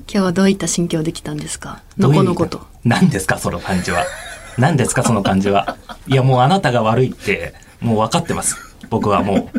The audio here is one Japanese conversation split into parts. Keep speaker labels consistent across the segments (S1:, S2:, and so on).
S1: 今日はどういった心境できたんですかのこのこと
S2: どういう意味だ何ですかその感じは。何ですかその感じは。いやもうあなたが悪いって、もう分かってます。僕はもう。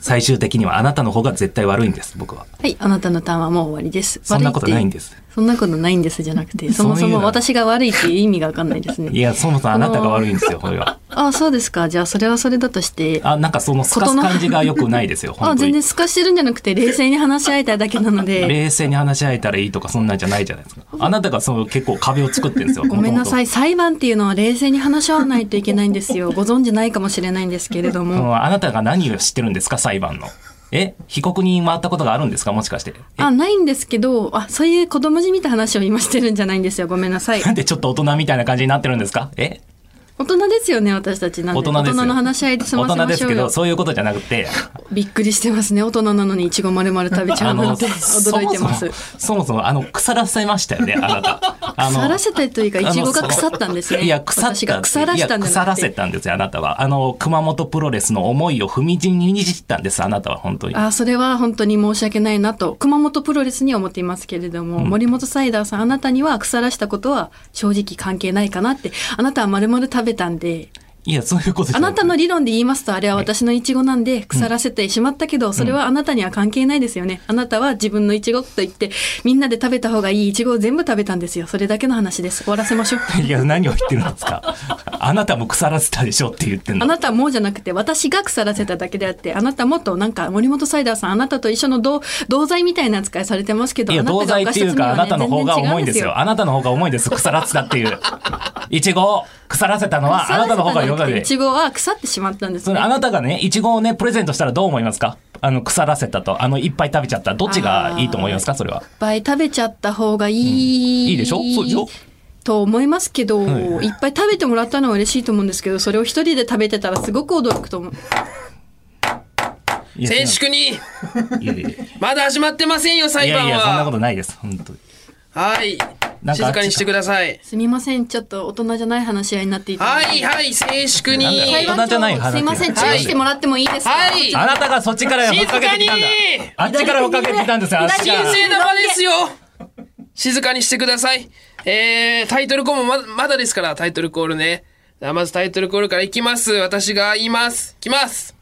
S2: 最終的にはあなたの方が絶対悪いんです、僕は。
S1: はいあなたのターンはもう終わりです
S2: そんなことないんですす。
S1: そんなことないんですじゃなくてそも
S2: そ
S1: そう
S2: いう
S1: も
S2: の
S1: 私が悪いっていう意味がわかんないですね
S2: いや、そもそもあなたが悪いんですよ、これは。
S1: あそうですかじゃあそれはそれだとして
S2: あ、なんかそのすかす感じが良くないですよ、
S1: あ
S2: 本当
S1: 全
S2: に
S1: 然。すかしてるんじゃなくて冷静に話し合えただけなの で
S2: 冷静に話し合えたらいいとかそんなんじゃないじゃないですか。あなたがその結構壁を作ってるんですよ。
S1: ごめんなさ
S2: い。
S1: い裁判っていうのは冷静に話し合わないといけないんですよご存知ないかもしれないんですけれど
S2: う
S1: も
S2: んあなたが何を知ってるんですか、裁判の。え被告人回ったことがあるんですかもしかして。え
S1: あないんですけどあそういう子供じみた話を今してるんじゃないんですよごめんなさい
S2: なんでちょっと大人みたいな感じになってるんですかえ
S1: 大人ですよね私たちなんで
S2: 大人ですよ
S1: の話し合いで済
S2: 大
S1: ませ
S2: 人
S1: ま
S2: で
S1: し
S2: す
S1: ょ
S2: け
S1: う
S2: ど、
S1: よ
S2: そういうことじゃなくて、
S1: びっくりしてますね大人なのにいちごまるまる食べちゃうなんて驚いてます
S2: そもそも、そもそも、あの、腐らせましたよね、あなた。あの
S1: 腐らせたというかいちごが腐ったんですね
S2: いや、腐った。
S1: 私が腐らせたん
S2: い
S1: じ
S2: や
S1: ゃな
S2: 腐ら
S1: く
S2: せ
S1: て
S2: たんですよ、あなたは。あの、熊本プロレスの思いを踏みにじったんです、あなたは、本当に。
S1: あそれは本当に申し訳ないなと熊本プロレスには思っていますけれども、森本サイダーさんあなたには腐らしたことは正直関係ないかなってあなたはまるまる食べたんで
S2: いや、そういうことじ
S1: あ
S2: ゃない
S1: なたの理論で言いますとあれは私のイチゴなんで腐らせてしまったけどそれはあなたには関係ないですよね、あなたは自分のイチゴと言ってみんなで食べた方がいいイチゴを全部食べたんですよそれだけの話です終わらせましょう
S2: いや、何を言ってるんですか。 あなたも腐らせたでしょって言ってん
S1: あ
S2: の。
S1: なたもじゃなくて私が腐らせただけであってあなたもとなんか森本サイダーさんあなたと一緒の同同罪みたいな扱いされてますけど
S2: いや、
S1: あな
S2: 同
S1: たが
S2: 罪っ
S1: 犯
S2: て
S1: した
S2: いう
S1: 罪
S2: か、あ
S1: は
S2: な
S1: ね
S2: たの方が
S1: 全然違
S2: 重い
S1: うんん
S2: ですよ。あなたの方が重いです、腐らせたっ ていう。いちごを腐らせたのは、あなたの方がよかっ
S1: イチゴは腐ってしまったんです
S2: それ
S1: ね
S2: あなたがね、いちごをね、プレゼントしたらどう思いますかあの、腐らせたと、あの、いっぱい食べちゃった。どっちがいいと思いますかそれは。
S1: いっぱい食べちゃった方がいい、
S2: うんいいでしょそうでしょ
S1: と思いますけど、
S2: はい
S1: い、っぱい食べてもらったのは嬉しいと思うんですけどそれを一人で食べてたらすごく驚くと思う
S2: いや
S3: 静粛に
S2: いやいや い
S3: まだ始まってませんよ
S2: やい
S3: 裁
S2: や
S3: 判
S2: いや、そんなこと
S3: は
S2: ないです。本当に。
S3: はい
S2: なんかあっち
S3: 静かにしてください
S1: すみませんちょっと大人じゃない話し合いになっていて、
S3: はいはい静粛に
S2: なんだよ
S3: は
S1: 裁
S3: い
S1: 判
S2: 大人じゃない
S1: 長
S2: 話
S1: すみません注
S3: はい
S1: 意してもらってもいいですか、
S3: はい
S2: あなたがそっちから追っかけてきたんだ
S3: 静かに。
S2: あっちから追っかけてきたんですよ、あっち
S3: 人
S2: から。
S3: 生玉ですよ静かにしてくださいえー、タイトルコールもままだですからタイトルコールねじゃあまずタイトルコールからいきます私が言いますいきます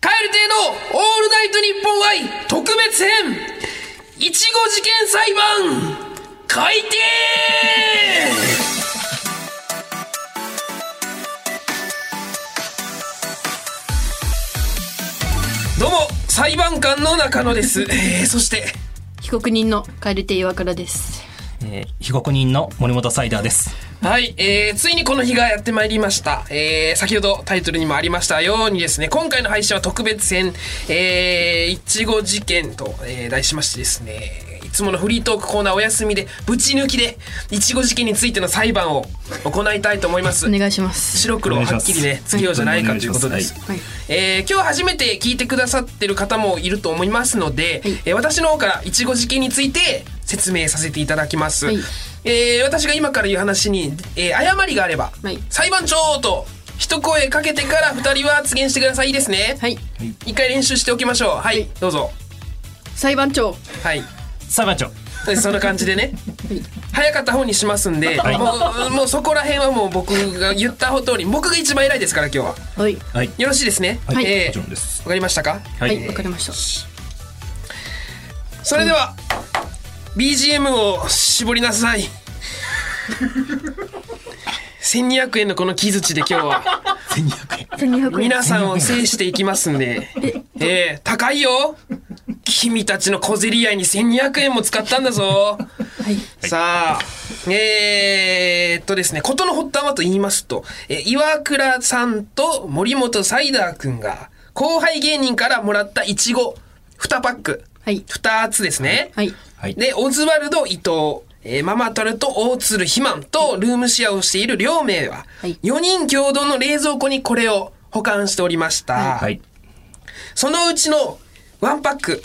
S3: カエル亭の「オールナイトニッポン愛」特別編いちご事件裁判改定どうも裁判官の中 野です、えー、そして
S1: 被告人の蛙亭岩倉です
S2: えー被告人の森本サイダーです。
S3: はい、えー、ついにこの日がやってまいりました。えー、先ほどタイトルにもありましたようにですね、今回の配信は特別編、えー、いちご事件と、えー題しましてですね、いつものフリートークコーナーお休みで、ぶち抜きで、いちご事件についての裁判を行いたいと思います
S1: お。願いします
S3: 白黒
S2: お
S3: は
S2: 願いし
S3: は
S2: ま
S3: っ
S2: す
S3: きりね、つけようじゃないかということです。
S1: はい
S3: えー今日初めて聞いてくださってる方もいると思いますので、
S1: はい
S3: えー私の方からいちご事件について説明させていただきます、
S1: はい
S3: えー私が今から言う話に、えー誤りがあれば、
S1: はい
S3: 裁判長と一声かけてから二人は発言してくださいいいですね、
S1: はい
S3: 一回練習しておきましょうはい、
S1: はい
S3: どうぞ
S1: 裁判長
S3: はい
S2: 裁判長。
S3: でそんな感じ でね
S1: い
S3: 早かった方にしますんで、
S2: はい
S3: もうもうそこら辺はもう僕が言った通り僕が一番偉いですから今日は
S1: はい
S2: はい。
S3: よろしいですね
S1: はい
S3: えー
S2: もちろんです。
S3: わかりましたか
S2: は
S1: はい
S2: い。
S1: わ、かりました
S3: それでは BGM を絞りなさい1200円のこの木槌で今日は
S2: 1200円。
S1: 1200円
S3: 皆さんを制していきますんでえー、高いよ君たちの小競り合いに1200円も使ったんだぞ
S1: はい
S3: さあ、えー、っとですね、ことの発端はと言いますと、えー岩倉さんと森本サイダーくんが、後輩芸人からもらったイチゴ、2パック、
S1: はい
S3: 2つですね。
S1: はい
S2: はい。
S3: で、オズワルド、伊藤、えーママタルト、大鶴、ひまんと、ルームシェアをしている両名は、
S1: はい
S3: 4人共同の冷蔵庫にこれを保管しておりました。
S2: はい。
S3: そのうちのワンパック、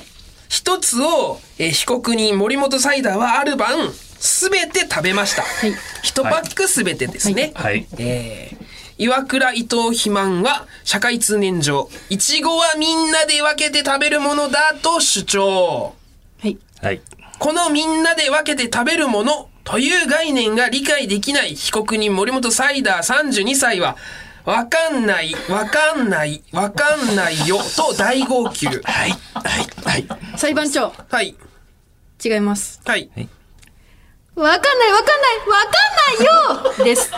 S3: 一つを、えー被告人森本サイダーはある晩、すべて食べました。
S1: い
S3: 一パックすべてですね。
S2: はい。
S3: えー岩倉伊藤肥満は社会通念上、いちごはみんなで分けて食べるものだと主張。
S1: はい
S2: はい。
S3: このみんなで分けて食べるものという概念が理解できない被告人森本サイダー32歳は、わかんない、わかんない、わかんないよ、と大号泣。はい、はい、はい。
S1: 裁判長、
S3: はい、
S1: 違います。
S3: はい。
S1: わかんないわかんないわかんないよです。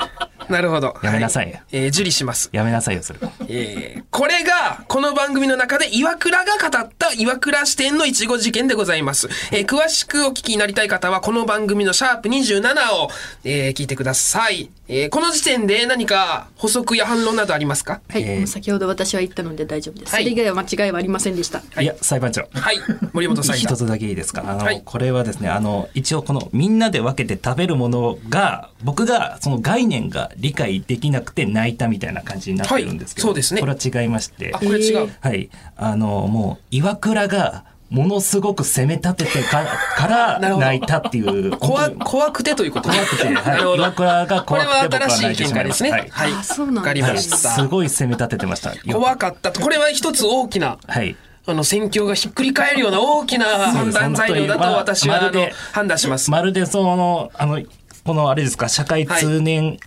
S3: なるほど。
S2: やめな
S3: はい。
S2: さいよ。
S3: えー受理します。
S2: やめなさいよ、それ。
S3: えーこれが、この番組の中で岩倉が語った岩倉支店のいちご事件でございます。えー詳しくお聞きになりたい方は、この番組のシャープ27を、えー聞いてください。えーこの時点で何か補足や反論などありますか
S1: はい、
S2: えー
S1: もう先ほど私は言ったので大丈夫です。
S3: はい
S1: それ以外は間違いはありませんでした。
S2: いや、裁判長。
S3: はい、森本さん。
S2: 一つだけ いいですかあの、
S3: はい
S2: これはですねあの一応このみんなで分けて食べるものが僕がその概念が理解できなくて泣いたみたいな感じになってるんですけど、
S3: はいそうですね
S2: これは違いまして
S3: あ、これ違う。
S2: はいあのもう岩倉がものすごく責め立ててかから
S3: なるほど
S2: 泣いたっていう
S3: 怖、
S2: 本当に
S3: 怖くてということ怖
S2: くてはい
S3: なるほど。
S2: 岩倉が怖くて
S3: これは
S2: 僕は
S3: 新
S2: 泣い
S3: しい
S2: て
S3: 見
S2: しま
S3: 解
S2: い
S3: で
S2: ますす
S3: ね。
S2: はい
S3: はい。
S1: あそうなんだ
S3: わかり
S2: は
S3: ま
S2: い
S3: した。
S2: すごい責め立ててました
S3: 怖かったと。これは一つ大きな。
S2: はい
S3: あの戦況がひっくり返るような大きな判断材料だと私はあ
S2: まる
S3: の
S2: で
S3: 判断します。
S2: まるでその、あの、このあれですか、社会通念、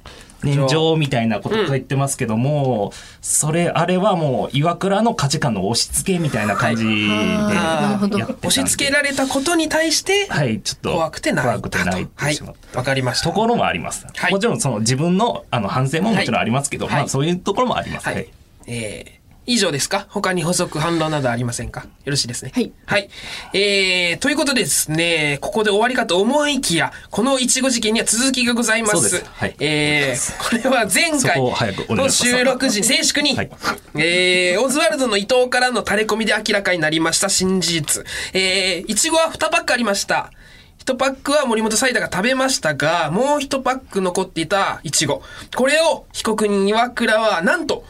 S2: 年上みたいなこと書いてますけども、それ、あれはもう、岩倉の価値観の押し付けみたいな感じ
S1: あ
S2: で
S1: ーなる
S2: や
S1: ほ
S2: っ
S1: ど
S2: てたんで。
S3: 押し付けられたことに対して
S2: はい、ちょっと。
S3: 怖くて泣い
S2: 怖
S3: た
S2: く
S3: と。
S2: て
S3: は
S2: 泣
S3: い
S2: いてしまった。
S3: わかりました。
S2: ところもあります。
S3: はい
S2: もちろん、その自分の、あの、反省ももちろんありますけど、
S3: はい
S2: まあ、そういうところもあります。
S3: は
S2: はいい。。
S3: えー以上ですか他に補足反論などありませんかよろしいですね。
S1: はい
S3: はい。えー、ということでですね、ここで終わりかと思いきや、このいちご事件には続きがございます。
S2: そうですはい
S3: えー、これは前
S2: そ
S3: 回
S2: こを早くお願
S3: の
S2: いします
S3: 収録時に、静粛に、
S2: はい
S3: えー、オズワルドの伊藤からの垂れ込みで明らかになりました新事実。えー、いちごは2パックありました。1パックは森本サイダーが食べましたが、もう1パック残っていたいちご。これを被告人岩倉は、なんと、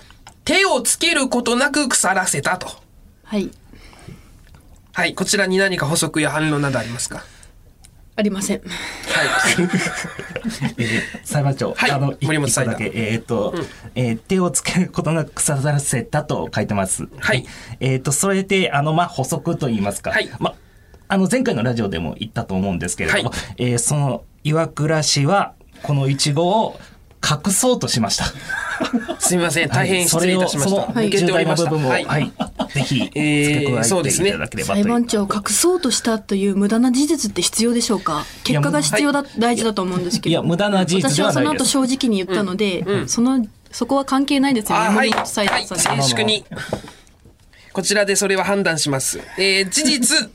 S3: 手をつけることなく腐らせたと。
S1: はい、
S3: はい、こちらに何か補足や反論などありますか
S1: ありません。
S3: はい。
S2: 裁判長、
S3: はい
S2: あの、
S3: 森本
S2: 一
S3: 裁
S2: 個
S3: 判
S2: だけ、えっ、と、えー手をつけることなく腐らせたと書いてます。
S3: はい
S2: えっ、と、それで、あの、まあ、補足と言いますか。
S3: はい
S2: まあ、あの、前回のラジオでも言ったと思うんですけれども、
S3: はい
S2: えーその、岩倉氏は、このイチゴを隠そうとしました。
S3: すみません、 大変失礼いたしまし
S2: それを
S3: た。
S2: その、
S3: 抜け
S2: 重
S3: てお
S2: 大
S3: り
S2: な
S3: まし
S2: 部
S3: た。
S2: 分を、は、
S3: はいい。
S2: ぜひ、付け
S3: えーそ
S2: 加
S3: う
S2: えて
S3: で
S2: い
S3: すね
S2: ただければとい
S1: 裁
S2: う。
S1: 判長を隠そうとしたという無駄な事実って必要でしょうか結果が必要だ、大事だと思うんですけど
S2: いや、無駄な事実
S1: 私
S2: で
S1: は
S2: は
S1: そ
S2: な
S1: の
S2: い
S1: 後
S2: です。
S1: 正直に言ったので、そのそこは関係ないですよね
S3: あはい、
S1: 森
S3: は
S1: 本裁判
S3: い、
S1: さんに
S3: 静粛に。こちらでそれは判断します。えー事 実、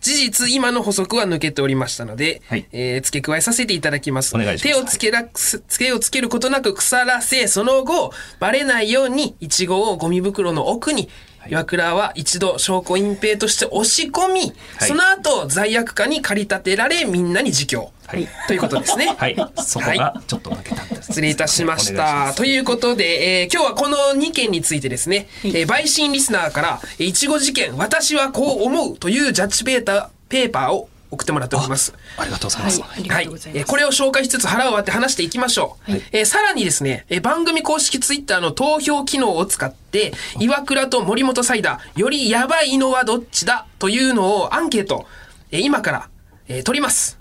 S3: 事実、今の補足は抜けておりましたので、
S2: はい
S3: えー付け加えさせていただきます。
S2: お願いします
S3: 手をつけら、つ手をつけることなく腐らせ、その後、バレないように、イチゴをゴミ袋の奥に、岩倉は一度証拠隠蔽として押し込み、
S2: はい
S3: その後、罪悪感に駆り立てられ、みんなに自供。
S2: はい
S3: ということですね。
S2: はい、そこがちょっと抜けたんです。
S3: 失礼いたしまし
S2: お願い
S3: た。
S2: ます
S3: ということで、えー今日はこの2件についてですね、えー陪審リスナーから、えーいちご事件、私はこう思うというジャッジペータペーパーを送ってもらっております。
S2: ありがとうございます。
S1: はいありがとうございます
S3: えーこれを紹介しつつ腹を割って話していきましょう。えーさらにですね、えー番組公式ツイッターの投票機能を使って、岩倉と森本サイダー、よりやばいのはどっちだというのをアンケート、えー今から、えー取ります。
S1: は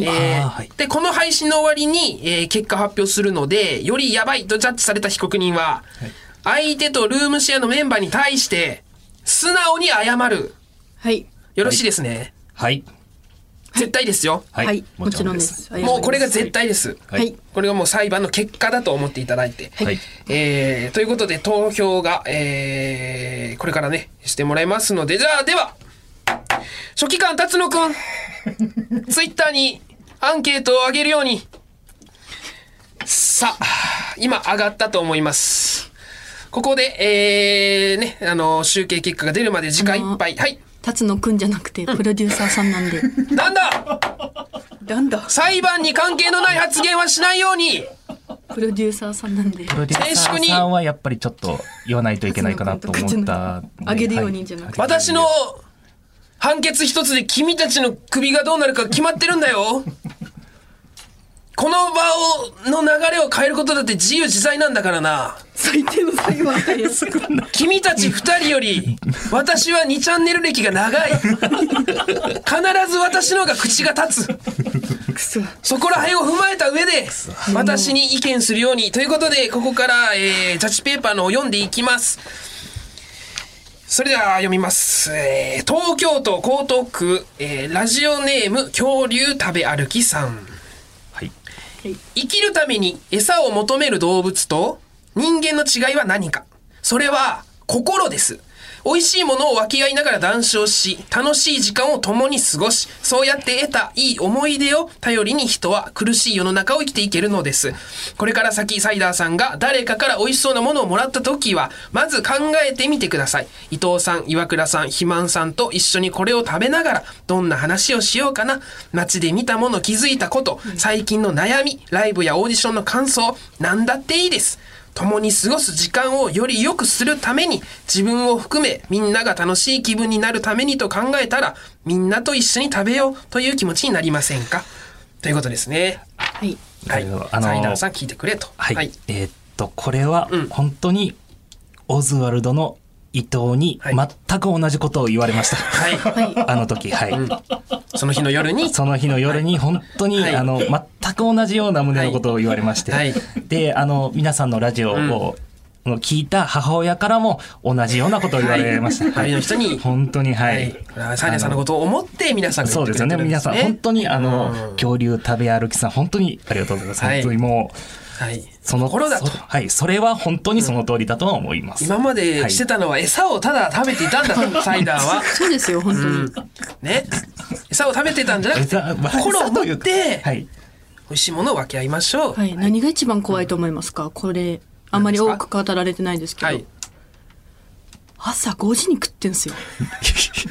S1: い
S3: え
S2: あ
S3: ー
S2: ーはい
S3: で、この配信の終わりに、えー結果発表するので、よりやばいとジャッジされた被告人は、相手とルームシェアのメンバーに対して、素直に謝る。
S1: はい
S3: よろしいですね。
S2: はい。
S3: 絶対ですよ。
S1: はい、もちろんで。す
S3: もうこれが絶対です。
S1: はい、はい
S3: これがもう裁判の結果だと思っていただいて。
S2: はい。
S3: えー、ということで投票が、えー、これからね、してもらいますので、じゃあ、では、書記官辰野くん、ツイッターにアンケートをあげるように。さあ、今上がったと思います。ここで、えー、ね、あの、集計結果が出るまで時間いっぱい。はい。
S1: 辰野くんじゃなくてプロデューサーさんなんで、
S3: なんだ
S1: なんだ
S3: 裁判に関係のない発言はしないように
S1: プロデューサーさんなんで
S2: プロデューサーさんはやっぱりちょっと言わないといけないかなと思ったんで。
S1: あげるようにじゃなくて
S3: 私の判決一つで君たちの首がどうなるか決まってるんだよこの場をの流れを変えることだって自由自在なんだからな
S1: 最低の最後あたりです。
S3: 君たち二人より私は2チャンネル歴が長い必ず私の方が口が立つ
S1: くそ。
S3: そこら辺を踏まえた上で私に意見するようにということでここから、えー、ジャッジペーパーのを読んでいきますそれでは読みます、えー東京都江東区、えーラジオネーム恐竜食べ歩きさん
S2: はい。
S3: 生きるために餌を求める動物と人間の違いは何かそれは心です美味しいものを分け合いながら談笑し楽しい時間を共に過ごしそうやって得たいい思い出を頼りに人は苦しい世の中を生きていけるのですこれから先サイダーさんが誰かから美味しそうなものをもらった時はまず考えてみてください伊藤さん岩倉さん肥満さんと一緒にこれを食べながらどんな話をしようかな街で見たもの気づいたこと最近の悩みライブやオーディションの感想何だっていいです共に過ごす時間をより良くするために自分を含めみんなが楽しい気分になるためにと考えたらみんなと一緒に食べようという気持ちになりませんかということですね。
S1: はい。
S3: はい。
S2: なるほどあのー
S3: サイダーさん聞いてくれと。
S2: はい。えーっと、これは本当にオズワルドの伊藤に
S3: はい
S2: 全く同じことを言われました。
S3: は
S1: はい。
S2: あの時、はい。
S3: い。その日の夜に。
S2: その日の夜に本当に、
S3: はい
S2: あの全く同じような胸のことを言われまして、
S3: はい
S2: であの皆さんのラジオを、聞いた母親からも同じようなことを言われました。
S3: はい周りの人に
S2: 本当には。
S3: はいい。これはサイダーさんのことを思って皆さんが言
S2: そ
S3: っ
S2: うで
S3: てく
S2: すよ
S3: れ
S2: ね。
S3: てるん
S2: 皆
S3: です
S2: さん、
S3: ね。
S2: 本当に、あの、
S3: うん
S2: 恐竜食べ歩きさん、本当にありがとうございます。
S3: はい
S2: 本当にもう、
S3: はい。
S2: その、
S3: 心だと
S2: そ。はい。それは本当にその通りだとは思います。
S3: 今までしてたのは餌をただ食べていたんだと、サイダーは。
S1: そうですよ、本当
S3: うん
S1: に。
S3: ね。餌を食べてたんじゃなくて、
S2: 餌まあ
S3: 心を
S2: 餌とい
S3: 持っ
S2: うか
S3: て、
S2: はい。
S3: 美味しいものを分け合いましょう。
S1: はい。何が一番怖いと思いますかこれ、あまり多く語られてないですけ
S3: は
S1: ど
S3: い。。
S1: 朝5時に食ってんすよ。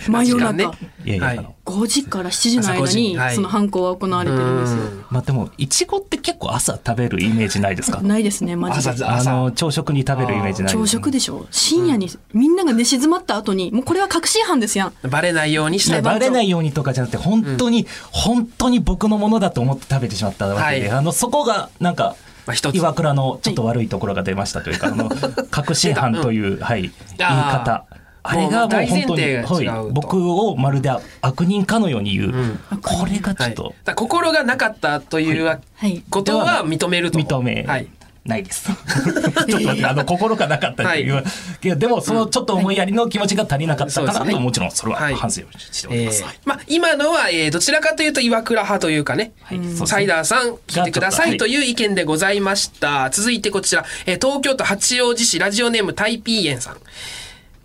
S1: 真夜
S3: 時間
S1: 中。
S2: いやいや、
S3: は
S2: あ
S3: い
S2: の、
S1: 5時から7時の
S3: 朝5
S1: 間
S3: 時
S1: に
S3: はい
S1: その犯行は行われてるんですよ。
S2: まあでも、いちごって結構朝食べるイメージない ですか
S1: ないですね、マジで。
S2: あの朝食に食べるイメージない
S1: 朝食でしょ深夜に、みんなが寝静まった後に、もうこれは確信犯ですやん。
S3: バレないようにし
S2: い
S3: て
S2: やバレないようにとかじゃなくて本当に、本当に僕のものだと思って食べてしまったわけで、
S3: はい
S2: あのそこがなんか
S3: まあ一つ
S2: 岩倉のちょっと悪いところが出ましたというか、あの確信犯という、はい、言い
S3: あ
S2: 方あれがもう本当
S3: もう大
S2: に、
S3: 前提が違うと
S2: はい僕をまるで悪人かのように言う、
S3: ん
S2: これがちょっ
S3: はい
S2: と、
S3: だから心がなかったというわ
S1: はい
S3: ことは認めると。
S2: 認め
S3: はい。
S2: ないです。 ちょっと待 って、あの、心がなかったという。、
S3: はい
S2: や、でも、そのちょっと思いやりの気持ちが足りなかったか
S3: そう
S2: な
S3: です
S2: と、
S3: ね
S2: もちろんそれは
S3: はい
S2: 反省をしており
S3: え
S2: ます。
S3: ーまあ、今のは、えーどちらかというと岩倉派というかね、
S2: はいそうですね
S3: サイダーさん聞いてください
S2: がちょ
S3: と
S2: っと
S3: いう意見でございました。続いてこちら、えー東京都八王子市ラジオネームタイピーエンさん。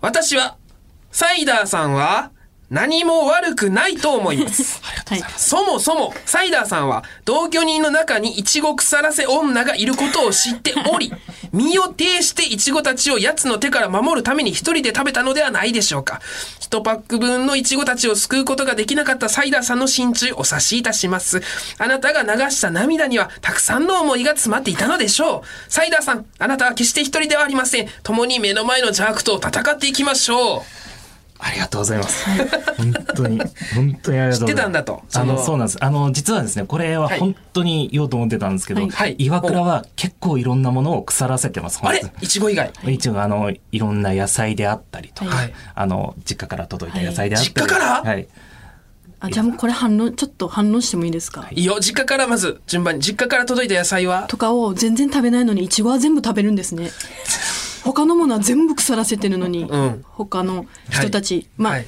S3: 私は、サイダーさんは何も悪くないと思います。
S1: はい。
S3: そもそも、サイダーさんは、同居人の中にイチゴ腐らせ女がいることを知っており、身を挺してイチゴたちを奴の手から守るために一人で食べたのではないでしょうか。一パック分のイチゴたちを救うことができなかったサイダーさんの心中お察しいたします。あなたが流した涙には、たくさんの思いが詰まっていたのでしょう。サイダーさん、あなたは決して一人ではありません。共に目の前の邪悪と戦っていきましょう。
S2: ありがとうございます。本当に、本当にありがとうございます。
S3: 知ってたんだと
S2: あ
S3: そ
S2: の、
S3: の
S2: そうなんです。あの、実はですね、これは
S3: はい
S2: 本当に言おうと思ってたんですけど、
S1: はい
S3: はい
S2: 岩倉は結構いろんなものを腐らせてます。
S3: あ
S2: 本
S3: れイチゴ以外。
S2: 当に一応、あの、いろんな野菜であったりとか、
S3: はい
S2: あの、実家から届いた野菜であったり。
S3: はい実家から
S2: はい。
S1: あ、じゃあもうこれ反論、ちょっと反論してもいいですか、
S3: いいよ、実家からまず、順番に。実家から届いた野菜は
S1: とかを全然食べないのに、いちごは全部食べるんですね。他のものは全部腐らせてるのに、
S3: ん
S1: 他の人たち、まあ、
S3: はい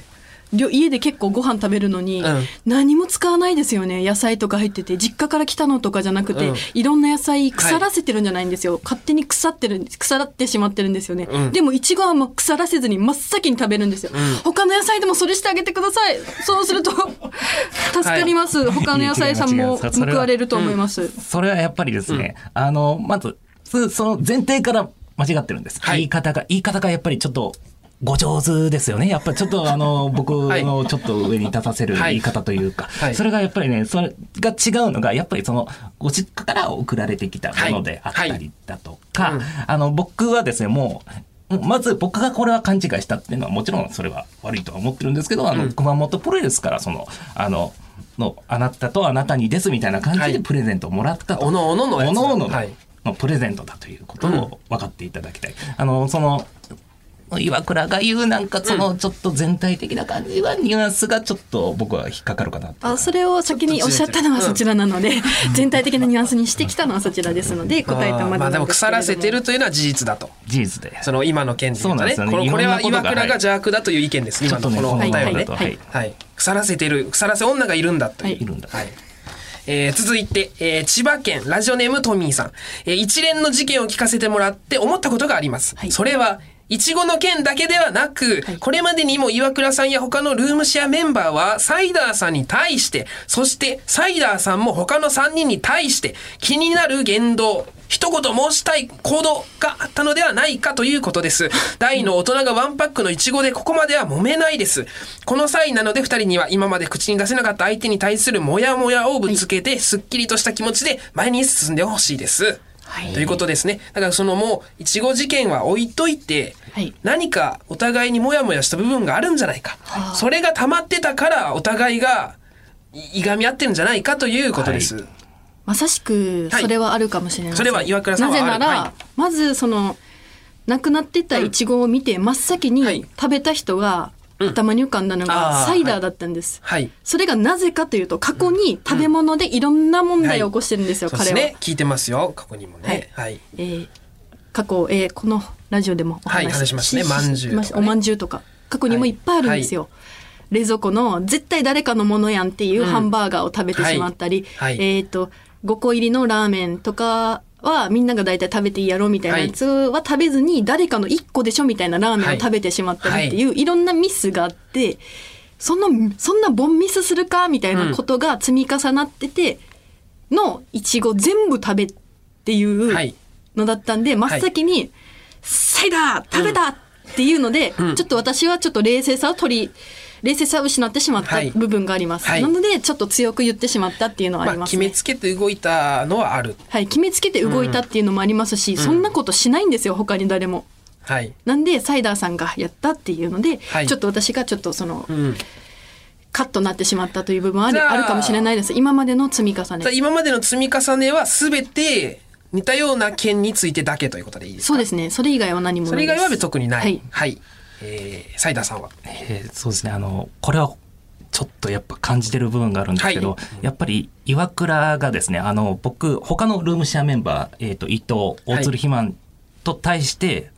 S1: りょ家で結構ご飯食べるのに、
S3: うん
S1: 何も使わないですよね野菜とか入ってて実家から来たのとかじゃなくて、
S3: うん
S1: いろんな野菜腐らせてるんじゃないんですよ、勝手に腐ってる腐ってしまってるんですよね、
S3: うん
S1: でもいちごはもう腐らせずに真っ先に食べるんですよ、他の野菜でもそれしてあげてくださいそうすると助かります、他の野菜 さんも報われると思います、
S2: それはやっぱりですね、あの、まず、すその前提から間違ってるんです。
S3: はい
S2: 言い方が、言い方がやっぱりちょっと、ご上手ですよね。やっぱりちょっとあ の、僕
S3: はい
S2: のちょっと上に立たせる
S3: はい
S2: 言い方というか、
S3: はい
S2: それがやっぱりね、それが違うのが、やっぱりその、ご実家から送られてきたものであったりだとか、
S3: はいはいうん
S2: あの、僕はですね、もう、まず僕がこれは勘違いしたっていうのはもちろんそれは悪いとは思ってるんですけど、あの、熊本プロレスからその、あの、のあなたとあなたにですみたいな感じ
S3: は
S2: で
S3: い
S2: プレゼントをもらったと。
S3: おのおののやつ
S2: おのおのの
S3: はい
S2: のプレゼントだということ
S3: うん
S2: を分かっていただきたい。あの、その、岩倉が言うなんかそのちょっと全体的な感じはニュアンスがちょっと僕は引っかかるかなっていう
S1: あそれを先におっしゃったのはそちらなので、 全体的なニュアンスにしてきたのはそちらですので答えたまでなんですけれども
S3: まあでも腐らせてるというのは事実だと。
S2: 事実で
S3: その今の件で言うと
S2: そうなんです
S3: ね
S2: よね
S3: このこれはい
S2: ろんな
S3: 岩
S2: ことが
S3: 倉が邪悪だという意見です、
S2: ちょ
S3: 今
S2: っと
S3: の
S2: ね
S3: この
S2: こ
S3: お
S2: の
S3: 便
S2: お
S3: りね、
S2: 便りだと
S1: はいはい
S3: はい、腐らせてる腐らせ女がいるんだという、
S1: はい
S2: いるんだ
S3: はいえー続いて、えー千葉県ラジオネームトミーさん、えー一連の事件を聞かせてもらって思ったことがあります、
S1: はい
S3: それはいちごの件だけではなく、
S1: はい
S3: これまでにも岩倉さんや他のルームシェアメンバーはサイダーさんに対してそしてサイダーさんも他の3人に対して気になる言動一言申したい行動があったのではないかということです。大の大人がワンパックのイチゴでここまでは揉めないです。この際なので二人には今まで口に出せなかった相手に対するモヤモヤをぶつけて、すっきりとした気持ちで前に進んでほしいです。
S1: はい
S3: ということですね。だからそのもう、いちご事件は置いといて、
S1: はい
S3: 何かお互いにモヤモヤした部分があるんじゃないか。それが溜まってたから、お互いがいいがみ合ってるんじゃないかということです。
S1: まさしく
S3: はい
S1: それはあるかもしれない、
S3: それは岩倉さんは
S1: なぜなら、
S3: あるはい
S1: まずその亡くなってたイチゴを見て真っ先に
S3: はい
S1: 食べた人が頭に浮かんだの
S3: あ
S1: が
S3: ー
S1: サイダーだったんです、
S3: はい。
S1: それがなぜかというと過去に食べ物でいろんな問題を起こしてるんですよ、
S3: そうです
S1: 彼は
S3: ね。。聞いてますよ、過去にもね。はい。
S1: えー過去、えーこのラジオでもお
S3: はい話しましたね饅頭とかね
S1: ましたおまんじゅうとか過去にもいっぱいあるんですよ、冷蔵庫の絶対誰かのものやんっていうハンバーガーを食べてしまったり、
S3: はいはい
S1: えっ、と5個入りのラーメンとかはみんなが大体食べていいやろみたいなやつは食べずに誰かの1個でしょみたいなラーメンを食べてしまったりっていういろんなミスがあってそのそんなボンミスするかみたいなことが積み重なっててのいちご全部食べっていう
S3: はい
S1: のだったんで、真っ先に、サイダー食べたっていうので、ちょっと私はちょっと冷静さを取り、冷静さを失ってしまった
S3: はい
S1: 部分があります。
S3: はい
S1: なので、ちょっと強く言ってしまったっていうのはあ
S3: ま
S1: り
S3: あ、
S1: ます
S3: 決
S1: ね。
S3: めつけて動いたのはある。
S1: はい、決めつけて動いたっていうのもありますし、そんなことしないんですよ、他に誰も。
S3: はい。
S1: なんで、サイダーさんがやったっていうので、
S3: はい
S1: ちょっと私がちょっとその、
S3: うん。
S1: カッとなってしまったという部分はあ
S3: じ
S1: る
S3: ゃあ
S1: あるかもしれないです。今までの積み重ね
S3: さあ。今までの積み重ねは全て似たような件についてだけということでいいですか
S1: そうですね。それ以外は何も
S3: そ
S1: な
S3: れ
S1: い
S3: 以
S1: です。
S3: 外は特にない。
S1: はい
S3: えー、サイダーさんは。
S2: えーそうですねあのこれはちょっとやっぱ感じてる部分があるんですけど、
S3: はい
S2: やっぱり岩倉がですねあの僕他のルームシェアメンバー、えー、と伊藤大鶴肥満と対して、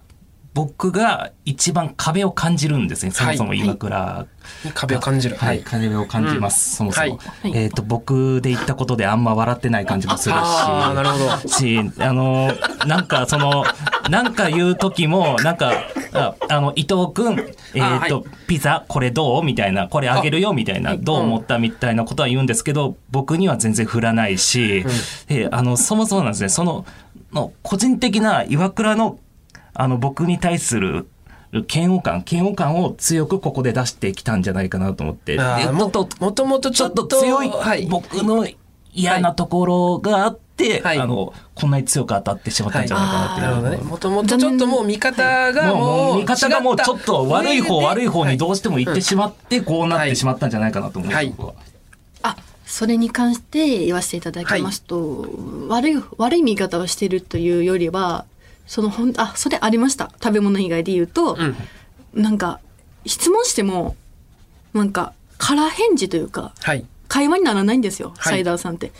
S2: 僕が一番壁を感じるんですねそもそも
S3: はい
S2: 岩倉、が
S3: 壁を感じる。
S2: はい、壁を感じます、
S3: うん
S2: そもそも、
S1: はい
S2: えっ、と僕で言ったことであんま笑ってない感じもするし
S3: ああ、なるほど。
S2: し、あの、なんかその、なんか言う時も、なんか、ああの、伊藤くん、えっ、
S3: あはい
S2: と、ピザ、これどうみたいな、これあげるよみたいな、どう思ったみたいなことは言うんですけど、僕には全然振らないし、えーあの、そもそもなんですね、その、の個人的な岩倉の、あの、僕に対する、嫌悪感、嫌悪感を強くここで出してきたんじゃないかなと思って。
S3: あー
S2: で
S3: も
S2: ちょっと
S3: もともとち
S2: ち
S3: ょ
S2: ょ
S3: っ
S2: っ
S3: と
S2: と強い、
S3: はい
S2: 僕の嫌なところがあって、
S3: はい
S2: あの、こんなに強く当たってしまったんじゃないかなっていう。
S3: なるほどね。もともとちょっともう見方
S2: も
S3: が
S2: う、
S3: もう、
S2: もう味方がもうちょっと悪い方、悪い方に
S3: う
S2: どうしても行ってしまって、こうなっ
S3: はい
S2: てしまったんじゃないかなと思う、
S3: はい
S2: 僕は
S1: あそれに関して言わせていただきますと、悪い悪い見方をしてるというよりはそのほんあそれありました食べ物以外で言うと、
S3: ん
S1: なんか質問してもなんか空返事というか
S3: はい。
S1: 会話にならないんですよ、
S3: はい
S1: サイダーさんって。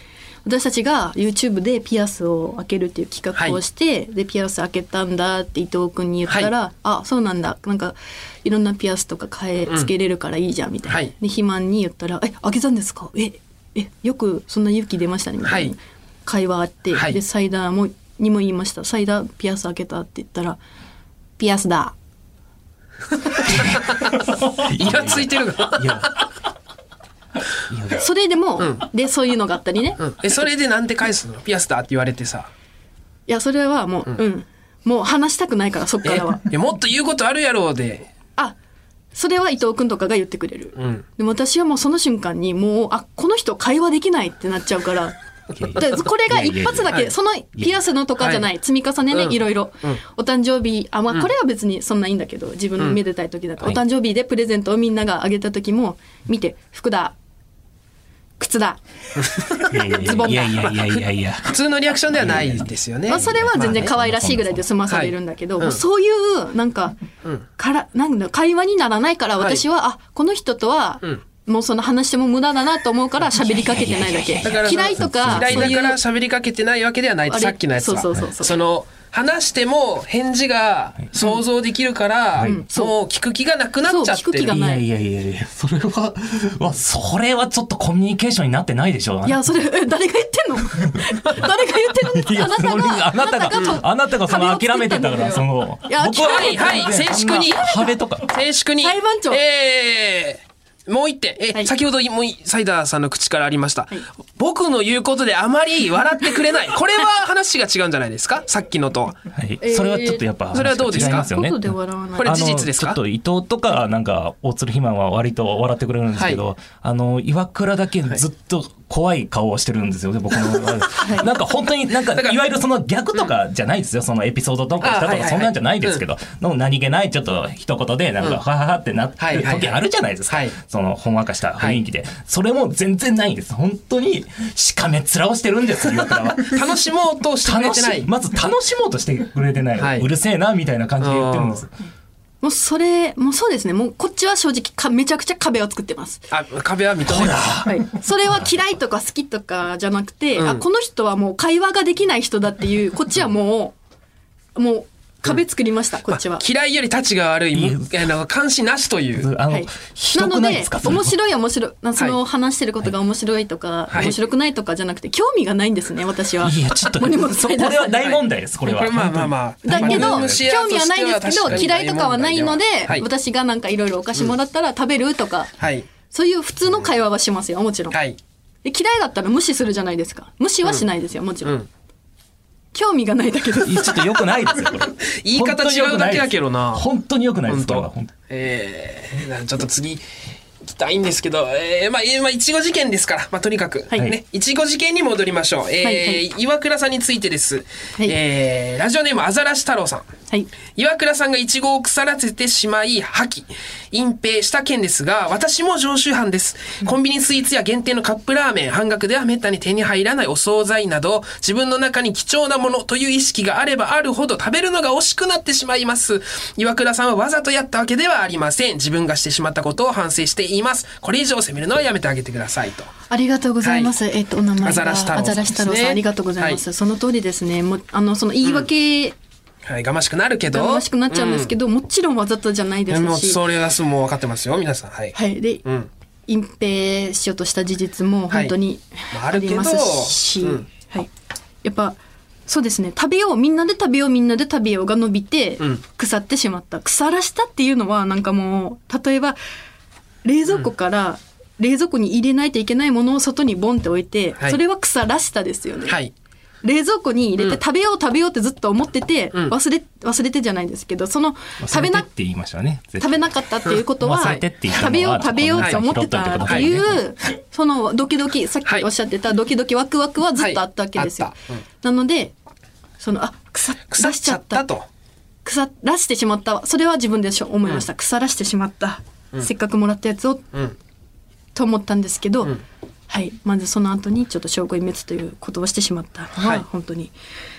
S1: 私たちが YouTube でピアスを開けるっていう企画をして、でピアス開けたんだって伊藤君に言ったら「あそうなんだなんかいろんなピアスとか変えつけれるからいいじゃん」みたいな。
S3: はい
S1: で肥満に言ったら「え開けたんですかええよくそんな勇気出ましたね」みたいな、
S3: はい
S1: 会話あって、
S3: はい
S1: でサイダーもにも言いました「サイダーピアス開けた」って言ったら「ピアスだ」
S3: イラついてるが。
S2: いや、
S1: それでも、
S3: ん
S1: でそういうのがあったりね、
S3: うんえ、それでなんて返すのピアスだって言われ てさ。
S1: いやそれはもう、うんもう話したくないからそっか
S3: え
S1: らは。
S3: いやもっと言うことあるやろうで。
S1: あそれは伊藤君とかが言ってくれる、
S3: ん
S1: でも私はもうその瞬間にもうあこの人会話できないってなっちゃう から。だからこれが一発だ
S3: いやいやいや
S1: けそのピアスのとかじゃない、積み重ねね、
S3: うん
S1: いろいろ、お誕生日あ、まあ、これは別にそんないいんだけど自分のめでたい時だから、お誕生日でプレゼントをみんながあげた時も見て「福田靴だ。ズボン
S2: い
S1: だ
S2: やいやいやいやいやいや。
S3: 普通のリアクションではないですよね。
S1: まあ、それは全然可愛らしいぐらいで済まされるんだけど、もうそういう、なんか、から、なんだ、会話にならないから、私は、あ、この人とは、もうその話しても無駄だなと思うから喋りかけてないだけ
S3: だから。その
S1: 嫌いとか、
S3: 嫌
S1: そう
S3: い
S1: い
S3: だか
S1: う、
S3: ら喋りかけてないわけではない
S1: あれ
S3: さっきのやつは
S1: そうそうそうそう
S3: の話しても返事が想像できるから、
S2: い
S3: もう聞く気がなくなっちゃっ
S1: そう聞
S3: て
S1: く気が
S3: る
S2: い
S1: な
S2: やいやいやいや、それは、わ、それはちょっとコミュニケーションになってないでしょ。
S1: いや、それ、え誰が言 ってんの誰が言って
S2: い
S1: るの
S2: や
S1: あなた
S2: それ
S1: が、
S2: あなたが、あなたがその
S1: 壁を
S2: 諦
S1: 作
S2: め
S1: ってんだ
S2: た
S1: よ
S2: から、その、
S1: いや
S3: はいは
S2: 全
S3: い
S2: 然
S3: 静粛に
S2: あんな壁とか。
S3: 静粛に
S1: 裁判長
S3: えーもう一点、え
S1: はい
S3: 先ほどもうサイダーさんの口からありました、僕の言うことであまり笑ってくれない。これは話が違うんじゃないですかさっきのとは。
S2: はい
S1: えー
S2: それはちょっとやっぱ、
S3: それはどうですか
S2: 違いますよね
S1: 外で笑わない
S3: これ
S2: あの
S3: 事実ですか
S2: ちょっと伊藤とか、なんか、大鶴ひまは割と笑ってくれるんですけど、
S3: は
S2: あの、岩倉だけずっと怖い顔をしてるんですよね、僕の。なんか本当になんか、
S3: から
S2: いわゆるその逆とかじゃないですよ、そのエピソード投稿した
S3: あは
S2: と
S3: いはいは
S2: か、
S3: い
S2: そんなんじゃないですけど、の何気ないちょっと一言で、なんか、はははってなってる時あるじゃないですか
S3: はいはい。
S2: その、ほんわかした雰囲気で。それも全然ないんです。本当に、しかめ面をしてるんです、岩倉は。
S3: 楽しもうとしてくれ
S2: 楽
S3: てな
S2: し
S3: い
S2: い。。まず楽しもうとしてくれてない。
S3: はいう
S2: るせえな、みたいな感じで言ってるんです。
S1: もうそれ、もうそうですね。もうこっちは正直か、めちゃくちゃ壁を作ってます。
S3: あ、壁は認めない。
S1: はい、それは嫌いとか好きとかじゃなくて、
S3: うん
S1: あこの人はもう会話ができない人だっていうこっちはもうもう壁作りました、こっちは。
S3: 嫌いより立ちが悪い、
S2: いや
S3: むあの、関心なしという。
S2: あの、
S1: はい
S2: ひ
S1: な
S2: どく
S1: の
S2: ないで
S1: です
S2: かそれ
S1: 面白い面白いなそ
S3: は
S1: の
S3: い
S1: 話してることが面白いとか、
S3: はい
S1: 面白くないとかじゃなくて興味がないんですね私は。
S2: いや、ちょっと、
S1: もう荷物
S2: そ
S1: 買い出
S2: こ
S1: す
S2: れは大問題です、これは。
S3: まあまあまあ。
S1: だけど興
S3: 玉の虫
S1: 味
S3: 屋と
S1: はないですけ
S3: して
S1: ど
S3: は確かに
S1: 嫌いとかはないので、
S3: はい。
S1: 私がなんかいろいろお菓子もらったら食べるとか、
S3: はい。
S1: そういう普通の会話はしますよもちろん。
S3: はい。
S1: で嫌いだったら無視するじゃないですか無視はしないですよもちろん。
S3: うん
S1: 興味がないだけです
S2: いやちょっと良くないですよ、これ。
S3: 言い方違うだけやけどな
S2: 本当に良くないで
S3: 本
S2: す、これは
S3: 当。えーなちょっと次行きたいんですけど、えーまあ、えーまあ、いちご事件ですから、まあ、とにかく、
S1: はい
S3: ね、いちご事件に戻りましょう。えー
S1: はいはい
S3: 岩倉さんについてです。
S1: はい
S3: えーラジオネーム、アザラシ太郎さん。
S1: はい。
S3: 岩倉さんがイチゴを腐らせてしまい破棄隠蔽した件ですが私も常習犯ですコンビニスイーツや限定のカップラーメン半額ではめったに手に入らないお惣菜など自分の中に貴重なものという意識があればあるほど食べるのが惜しくなってしまいます岩倉さんはわざとやったわけではありません自分がしてしまったことを反省していますこれ以上責めるのはやめてあげてくださいと
S1: ありがとうございます。
S3: はい
S1: えっと、お名前が。
S3: アザラシ太郎さん
S1: アザラシ太郎
S3: ですね
S1: さん、ありがとうございます。その通りですね。もう、あの、その言い訳
S3: はいがましくなるけど
S1: がましくなっちゃうんですけど、もちろんわざとじゃないで
S3: うんもう
S1: すし。
S3: それはもう分かってますよ皆さんはい、
S1: はい。で、
S3: うん
S1: 隠蔽しようとした事実も本当に
S3: まああ
S1: あ
S3: るけ
S1: り
S3: ど
S1: ますし、
S3: う
S1: はい
S3: ん
S1: やっぱ、そうですね。食べよう、みんなで食べよう、みんなで食べようが伸びて、
S3: うん
S1: 腐ってしまった。腐らしたっていうのは、なんかもう、例えば、冷蔵庫から、冷蔵庫に入れないといけないものを外にボンって置いて、
S3: はい
S1: それは腐らしたですよね。
S3: はい
S1: 冷蔵庫に入れて食べよう食べようってずっと思ってて、
S3: ん
S1: 忘れ忘れてじゃないですけどその食
S2: 食
S1: べ
S2: べな
S1: な
S2: って言いましたね。絶
S1: 食
S2: 対
S1: べなかったっていうことは
S2: 忘れてって言ったのは
S1: 食べよう食べようって思ってたっていう、
S2: はい
S1: そのドキドキさっきおっしゃってたドキドキワクワクはずっとあったわけですよ。
S3: はいあっ
S1: なのでそのあ腐
S3: 腐
S1: ら
S3: っ
S1: し
S3: ち
S1: ち
S3: ゃ
S1: ゃ
S3: っ
S1: ったた
S3: と
S1: 腐らしてしまったわそれは自分でしょ思いました、腐らしてしまった、せっかくもらったやつを
S3: うん
S1: と思ったんですけど、はい、まずその後にちょっと証拠隠滅ということをしてしまったの
S3: はい
S1: は本当に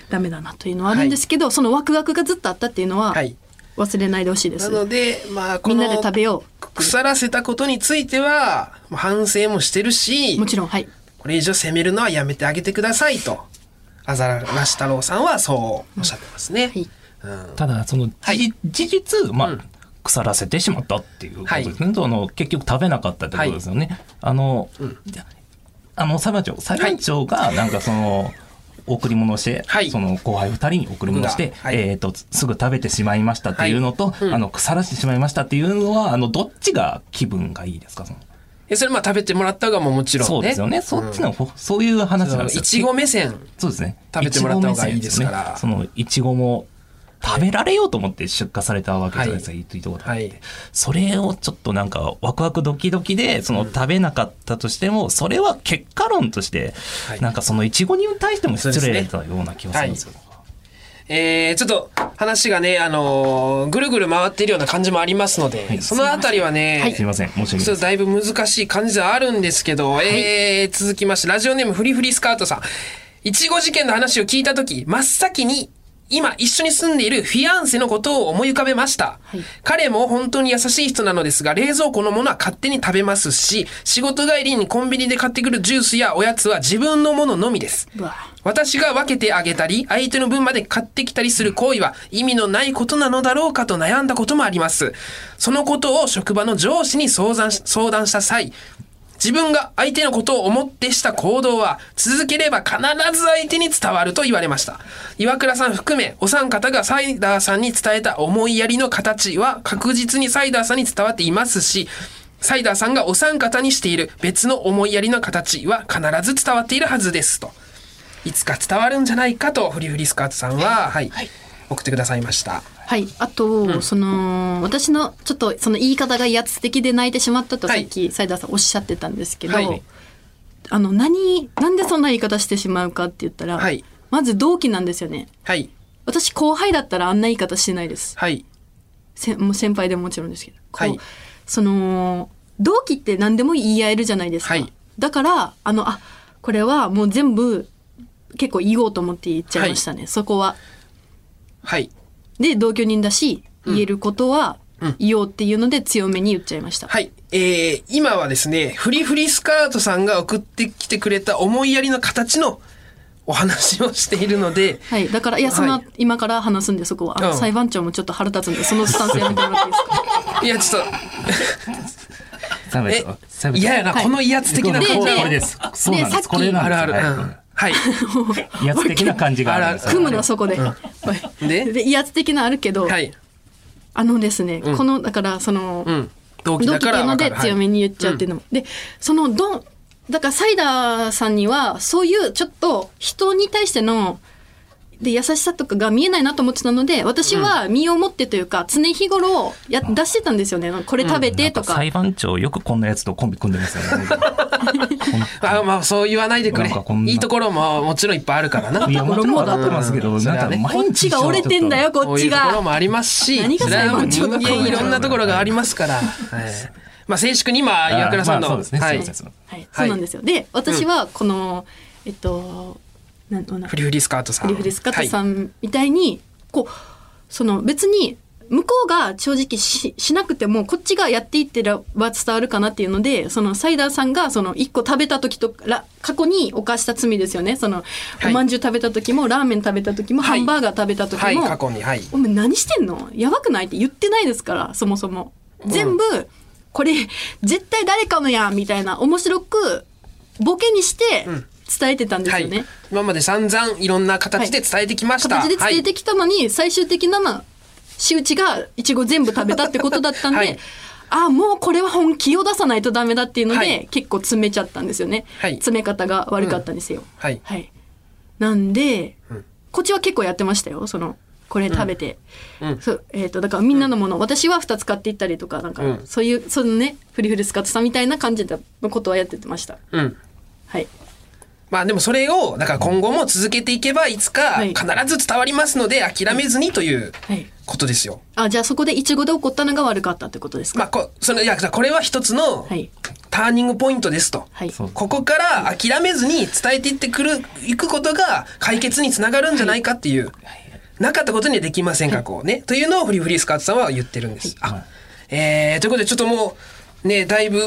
S1: ダメだなというのはあるんですけど、そのワクワクがずっとあったっていうのは
S3: はい
S1: 忘れないでほしいで
S3: な
S1: す、
S3: ので、まあ、こ
S1: み
S3: の
S1: んなで食べよ
S3: 腐らせたことについては、まあ反省もしてるし
S1: うも、ちろんはい
S3: これ以上責めるのはやめてあげてくださいと、あざらし太郎さんはそうおっしゃってますね。
S1: はい
S2: ただ、その、じ
S3: はい
S2: 事実、まあ、
S3: うん
S2: 腐らせてしまったっていうことですね。その結局食べなかったってことですよね。あの、あの裁判長裁判長がなんかその、贈り物をして、
S3: はい
S2: その後輩2人に贈り物をして、
S3: 僕がはい
S2: えー、とすぐ食べてしまいましたっていうのと、あの腐らしてしまいましたっていうのはあのどっちが気分がいいですかその
S3: えそれまあ食べてもらったがももちろんね。
S2: そうですよねそっちのほ、そういう話なんですよ
S3: いちご目線。
S2: そうですね。
S3: 食べてもらった方がいいですから
S2: いちご目線よねそのいちごも食べられようと思って出荷されたわけじゃないですか、、
S3: はい
S2: いとこだって、
S3: はい
S2: それをちょっとなんかワクワクドキドキでその食べなかったとしても、それは結果論として、
S3: はい
S2: なんかそのいちごに対しても失
S3: そうで
S2: 礼
S3: す
S2: だような気がするんですよ。
S3: えー、ちょっと、話がね、あのーぐるぐる回っているような感じもありますので、
S2: い
S3: そのあたりはね、
S2: すいません、申し訳
S3: ち
S2: ない
S3: ょっとだいぶ難しい感じではあるんですけど、えー、続きまして、ラジオネームフリフリスカートさん。いちご事件の話を聞いたとき、真っ先に、今一緒に住んでいるフィアンセのことを思い浮かべました、
S1: はい
S3: 彼も本当に優しい人なのですが、冷蔵庫のものは勝手に食べますし、仕事帰りにコンビニで買ってくるジュースやおやつは自分のもののみです。
S1: うわ
S3: 私が分けてあげたり、相手の分まで買ってきたりする行為は意味のないことなのだろうかと悩んだこともあります。そのことを職場の上司に相談し相談した際、自分が相手のことを思ってした行動は続ければ必ず相手に伝わると言われました。岩倉さん含めお三方がサイダーさんに伝えた思いやりの形は確実にサイダーさんに伝わっていますし、サイダーさんがお三方にしている別の思いやりの形は必ず伝わっているはずですと。いつか伝わるんじゃないかとフリフリスカートさんは、はい送ってくださいました。
S1: はい、あと、その私のちょっとその言い方が威圧的で泣いてしまったとさ
S3: は
S1: っ
S3: い
S1: き斉田さんおっしゃってたんですけど、
S3: はい
S1: あの何なんでそんな言い方してしまうかって言ったら、
S3: はい
S1: まず同期なんですよね
S3: はい
S1: 私後輩だったらあんな言い方してないです
S3: はい
S1: せもう先輩でももちろんですけど、こう
S3: はい
S1: その同期って何でも言い合えるじゃないですか、
S3: はい
S1: だからあのあこれはもう全部結構言おうと思って言っちゃいましたね、そこは
S3: はい
S1: で同居人だし言えることは言おうっていうので強めに言っちゃいました、
S3: はい。えー、今はですね、フリフリスカートさんが送ってきてくれた思いやりの形のお話をしているの で、
S1: はい、だからいやその、
S3: はい
S1: 今から話すんでそこはあの
S3: うん
S1: 裁判長もちょっと腹立つんでそのスタンスやめてもらっていいです か
S3: いや、ちょっ
S2: サメ
S3: と、
S2: です
S3: え
S2: よサ、メです
S3: 嫌やな、
S1: はい
S3: この威圧的な
S1: で
S2: こ
S3: 行動
S2: う
S1: で
S2: これです。そうなんで
S1: さっ
S2: す。
S1: き
S2: これなん
S3: あ
S2: で
S3: る
S2: す
S3: ある。うんはい。
S2: はい威圧的な感じがあるんですよ。
S1: 組むのはそこで,はい、
S3: で
S1: で威圧的なのあるけど、
S3: はい。
S1: あのですね、このだからその、
S3: うん。同期
S1: 同
S3: だ
S1: 期っ
S3: か
S1: てい
S3: ら
S1: うの
S3: 分か
S1: で
S3: る。
S1: 強めに言っちゃうっていうのも、でそのどんだからサイダーさんにはそういうちょっと人に対してので優しさとかが見えないなと思ってたので私は身をもってというか常日頃や出してたんですよねこれ食べてとか、
S2: 裁判長よくこんなやつとコンビ組んでます よね。
S3: はいあまあ、そう言わないでくれ
S2: なんかこん。ない
S3: いところももちろんいっぱいあるからな。
S2: いや、もちろん分かってますけど、なんか毎日
S1: こっちが折れてんだよこっ
S3: こうい
S1: ち
S3: うところ
S1: が
S3: もありますし、
S1: 何が
S3: それはもう人
S1: 裁判長だ
S3: 間いろんなところがありますから。はいまあ、静粛に今、
S2: あー
S3: 岩倉さんの。
S2: まあそうですね
S3: は
S2: そう
S3: い
S2: で。すね
S1: はい、そうなんですよで私はこの、えっとなんとな
S3: フリフリスカートさん。
S1: フリフリスカットさ
S3: はい。
S1: んみたいに、こうその別に向こうが正直ししなくてもこっちがやっていってれば伝わるかなっていうのでそのサイダーさんがその1個食べた時とから過去に犯した罪ですよねその、
S3: はい
S1: おまんじゅう食べた時もラーメン食べた時も、
S3: はい
S1: ハンバーガー食べた時
S3: はい、
S1: も、
S3: 過去に。はい。
S1: お前何してんのやばくないって言ってないですからそもそも全部、これ絶対誰かのやんみたいな面白くボケにして伝えてたんですよね。
S3: はい、今まで散々いろんな形で伝えてきました。
S1: 形で伝えてきたのに、最終的なまあ仕打ちがいちご全部食べたってことだったんで、
S3: はい
S1: ああもうこれは本気を出さないとダメだっていうので、
S3: はい
S1: 結構詰めちゃったんですよね、
S3: はい
S1: 詰め方が悪かったんですよ、
S3: はい。
S1: は
S3: はい。
S1: いなんで、こっちは結構やってましたよそのこれ食べて、
S3: うん
S1: そうえー、とだからみんなのもの、私は2つ買っていったりとかなんか、
S3: うん
S1: そういうそのねフリフリスカットさんみたいな感じのことはやってました
S3: うん。
S1: はい
S3: まあでもそれを、だから今後も続けていけば、いつか
S1: はい
S3: 必ず伝わりますので、諦めずにという
S1: はい
S3: ことですよ。
S1: あじゃあそこでいちごで起こったのが悪かったってことですか、
S3: まあ、こ、その、いや、これは一つの
S1: はい
S3: ターニングポイントですと。
S1: はい
S2: そう
S3: ここから諦めずに伝えていってくる、いくことが解決につながるんじゃないかっていう、なかったことにはできませんか、こうね。というのをフリフリスカートさんは言ってるんです。あ、えー、ということでちょっともう、ね、だいぶ、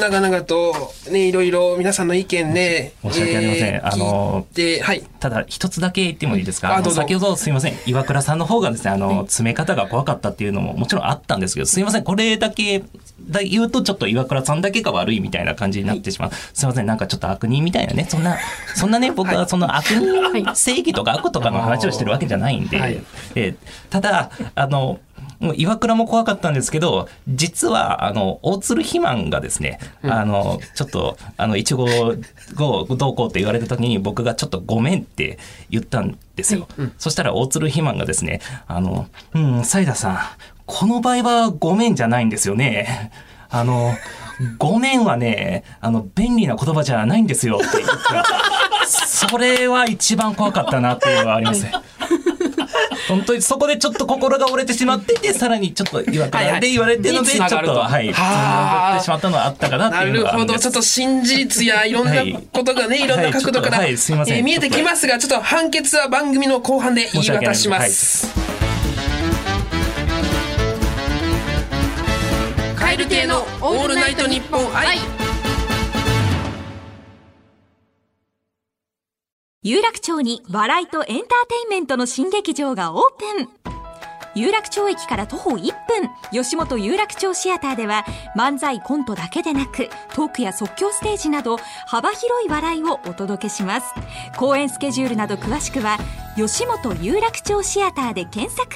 S3: 長々と、ね、いろいろ皆さんの意見ね、
S2: 申し訳ありません
S3: えー
S2: あの
S3: 聞いて、はい。
S2: ただ一つだけ言ってもいいですか
S3: あ
S2: あの
S3: どうぞ
S2: 先ほどすいません岩倉さんの方がですねあの詰め方が怖かったっていうのももちろんあったんですけどすいませんこれだけだ言うとちょっと岩倉さんだけが悪いみたいな感じになってしまう、すいませんなんかちょっと悪人みたいなねそんなそんなね僕はその悪人、
S1: はい
S2: 正義とか悪とかの話をしてるわけじゃないんで、
S3: はい
S2: えーただあのもう岩倉も怖かったんですけど実はあの大鶴肥満がですね、あのちょっとあのいちごをどうこうって言われた時に僕がちょっとごめんって言ったんですよ、そしたら大鶴肥満がですねあのうんサイダさんこの場合はごめんじゃないんですよねあのごめんはねあの便利な言葉じゃないんですよって言ってそれは一番怖かったなっていうのはありますね本当にそこでちょっと心が折れてしまってで、さらにちょっと岩
S3: はいは
S2: 倉
S3: い
S2: で言われてるので、
S3: に
S2: ちょ
S3: 繋
S2: っと、
S3: がると
S2: はい、
S3: は
S2: つ
S3: あ
S2: ながってしまったのはあったかなって
S3: な
S2: いうの
S3: る
S2: がある
S3: ほ
S2: んで
S3: ど。ち
S2: す
S3: ょっと新事実やいろんな
S2: はい
S3: ことがね、いろんな角
S2: はいちょ
S3: 度から、
S2: っとはいすいません
S3: えー見えてきますが、ちょっと判決は番組の後半で言い渡します。カエル系のオールナイトニッポン愛。
S4: 有楽町に笑いとエンターテインメントの新劇場がオープン有楽町駅から徒歩1分吉本有楽町シアターでは漫才コントだけでなくトークや即興ステージなど幅広い笑いをお届けします公演スケジュールなど詳しくは吉本有楽町シアターで検索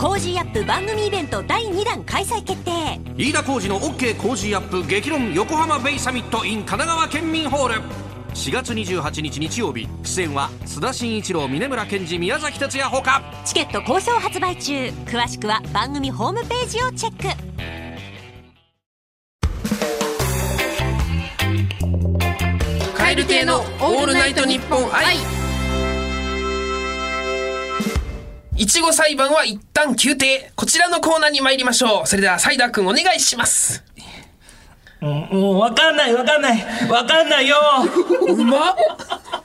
S4: コージーアップ番組イベント第2弾開催決定
S5: 飯田浩二の OK 工事アップ激論横浜ベイサミット in 神奈川県民ホール4月28日日曜日出演は須田慎一郎峯村健二宮崎哲也ほか
S4: チケット好評発売中詳しくは番組ホームページをチェック
S3: カエル亭のオールナイトニッポン愛。いちご裁判は一旦休廷。こちらのコーナーに参りましょう。それでは、サイダーくんお願いします。
S2: うんもうわかんないわかんないわかんないよ
S3: うまっ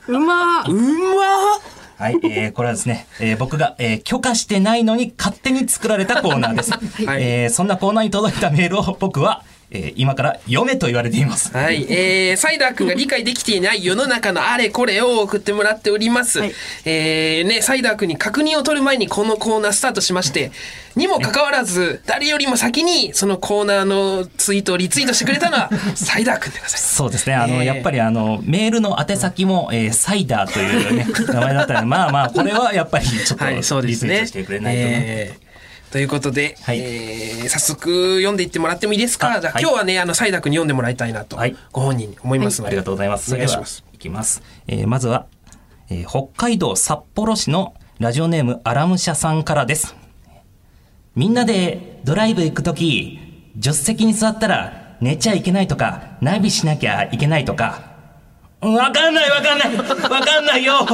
S1: うまー
S3: うまっ
S2: はい、えーこれはですね、えー僕が、えー許可してないのに勝手に作られたコーナーです。
S3: い
S2: えーそんなコーナーに届いたメールを僕は、えー今から読めと言われています。
S3: はい、えー、サイダーくんが理解できていない世の中のあれこれを送ってもらっております。
S1: はい
S3: えー、ね、サイダーくんに確認を取る前にこのコーナースタートしまして、にもかかわらず、誰よりも先にそのコーナーのツイートをリツイートしてくれた のは、サイダーくんでございます。
S2: そうですね。あの、
S3: えー
S2: やっぱりあの、メールの宛先も、えーサイダーというね、名前だったので、まあまあ、これはやっぱりちょっと
S3: はい、そうで
S2: リ
S3: す
S2: ツイー
S3: ね
S2: トしてくれないとね。
S3: えーということで、
S2: はい
S3: えー早速読んでいってもらってもいいですか
S2: あ
S3: じゃあ、
S2: はい
S3: 今日はね、あの、サイダー君に読んでもらいたいなと、
S2: はい
S3: ご本人に思いますので、
S2: ありがとうございます。
S3: お願いします
S2: そ。れでは。いきます。えーまずは、えー北海道札幌市のラジオネームアラムシャさんからです。みんなでドライブ行くとき、助手席に座ったら寝ちゃいけないとか、ナビしなきゃいけないとか、うんわかんないわかんないわかんない よ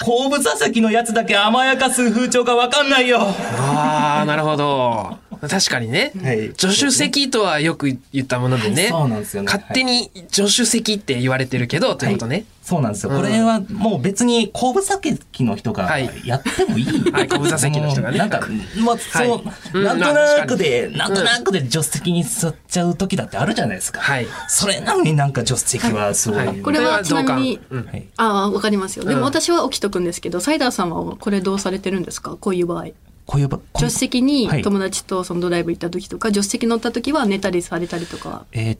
S2: 後部座席のやつだけ甘やかす風潮がわかんないよ
S3: ああ、なるほど。確かにね、
S2: はい
S3: 助手席とはよく言ったものでね、
S2: はいそうなんですよね
S3: 勝手に助手席って言われてるけど、ということね。
S2: そうなんですよ。
S3: うん
S2: これはもう別に後部座席の人が
S3: はい
S2: やってもいい。
S3: はい後部座席の人がね
S2: なんか、まあ、その、
S3: うん
S2: なんとなくで、
S3: まあ
S2: な
S3: 確
S2: ん
S3: かに
S2: となくで助手席に座っちゃう時だってあるじゃないですか。
S3: はい
S2: それなのになんか助手席はすごい。
S3: は
S2: はいい
S1: これはちなみに
S3: これは同感う
S2: は
S3: ん
S2: い
S1: ああ、わかりますよ。で
S3: うん
S1: も私は起きとくんですけど、サイダーさんはこれどうされてるんですかこういう場合。
S2: こういうば、こ
S1: 助手席に
S2: はい
S1: 友達とそのドライブ行った時とか、助手席乗った時は寝たりされたりとかは。
S2: えーっ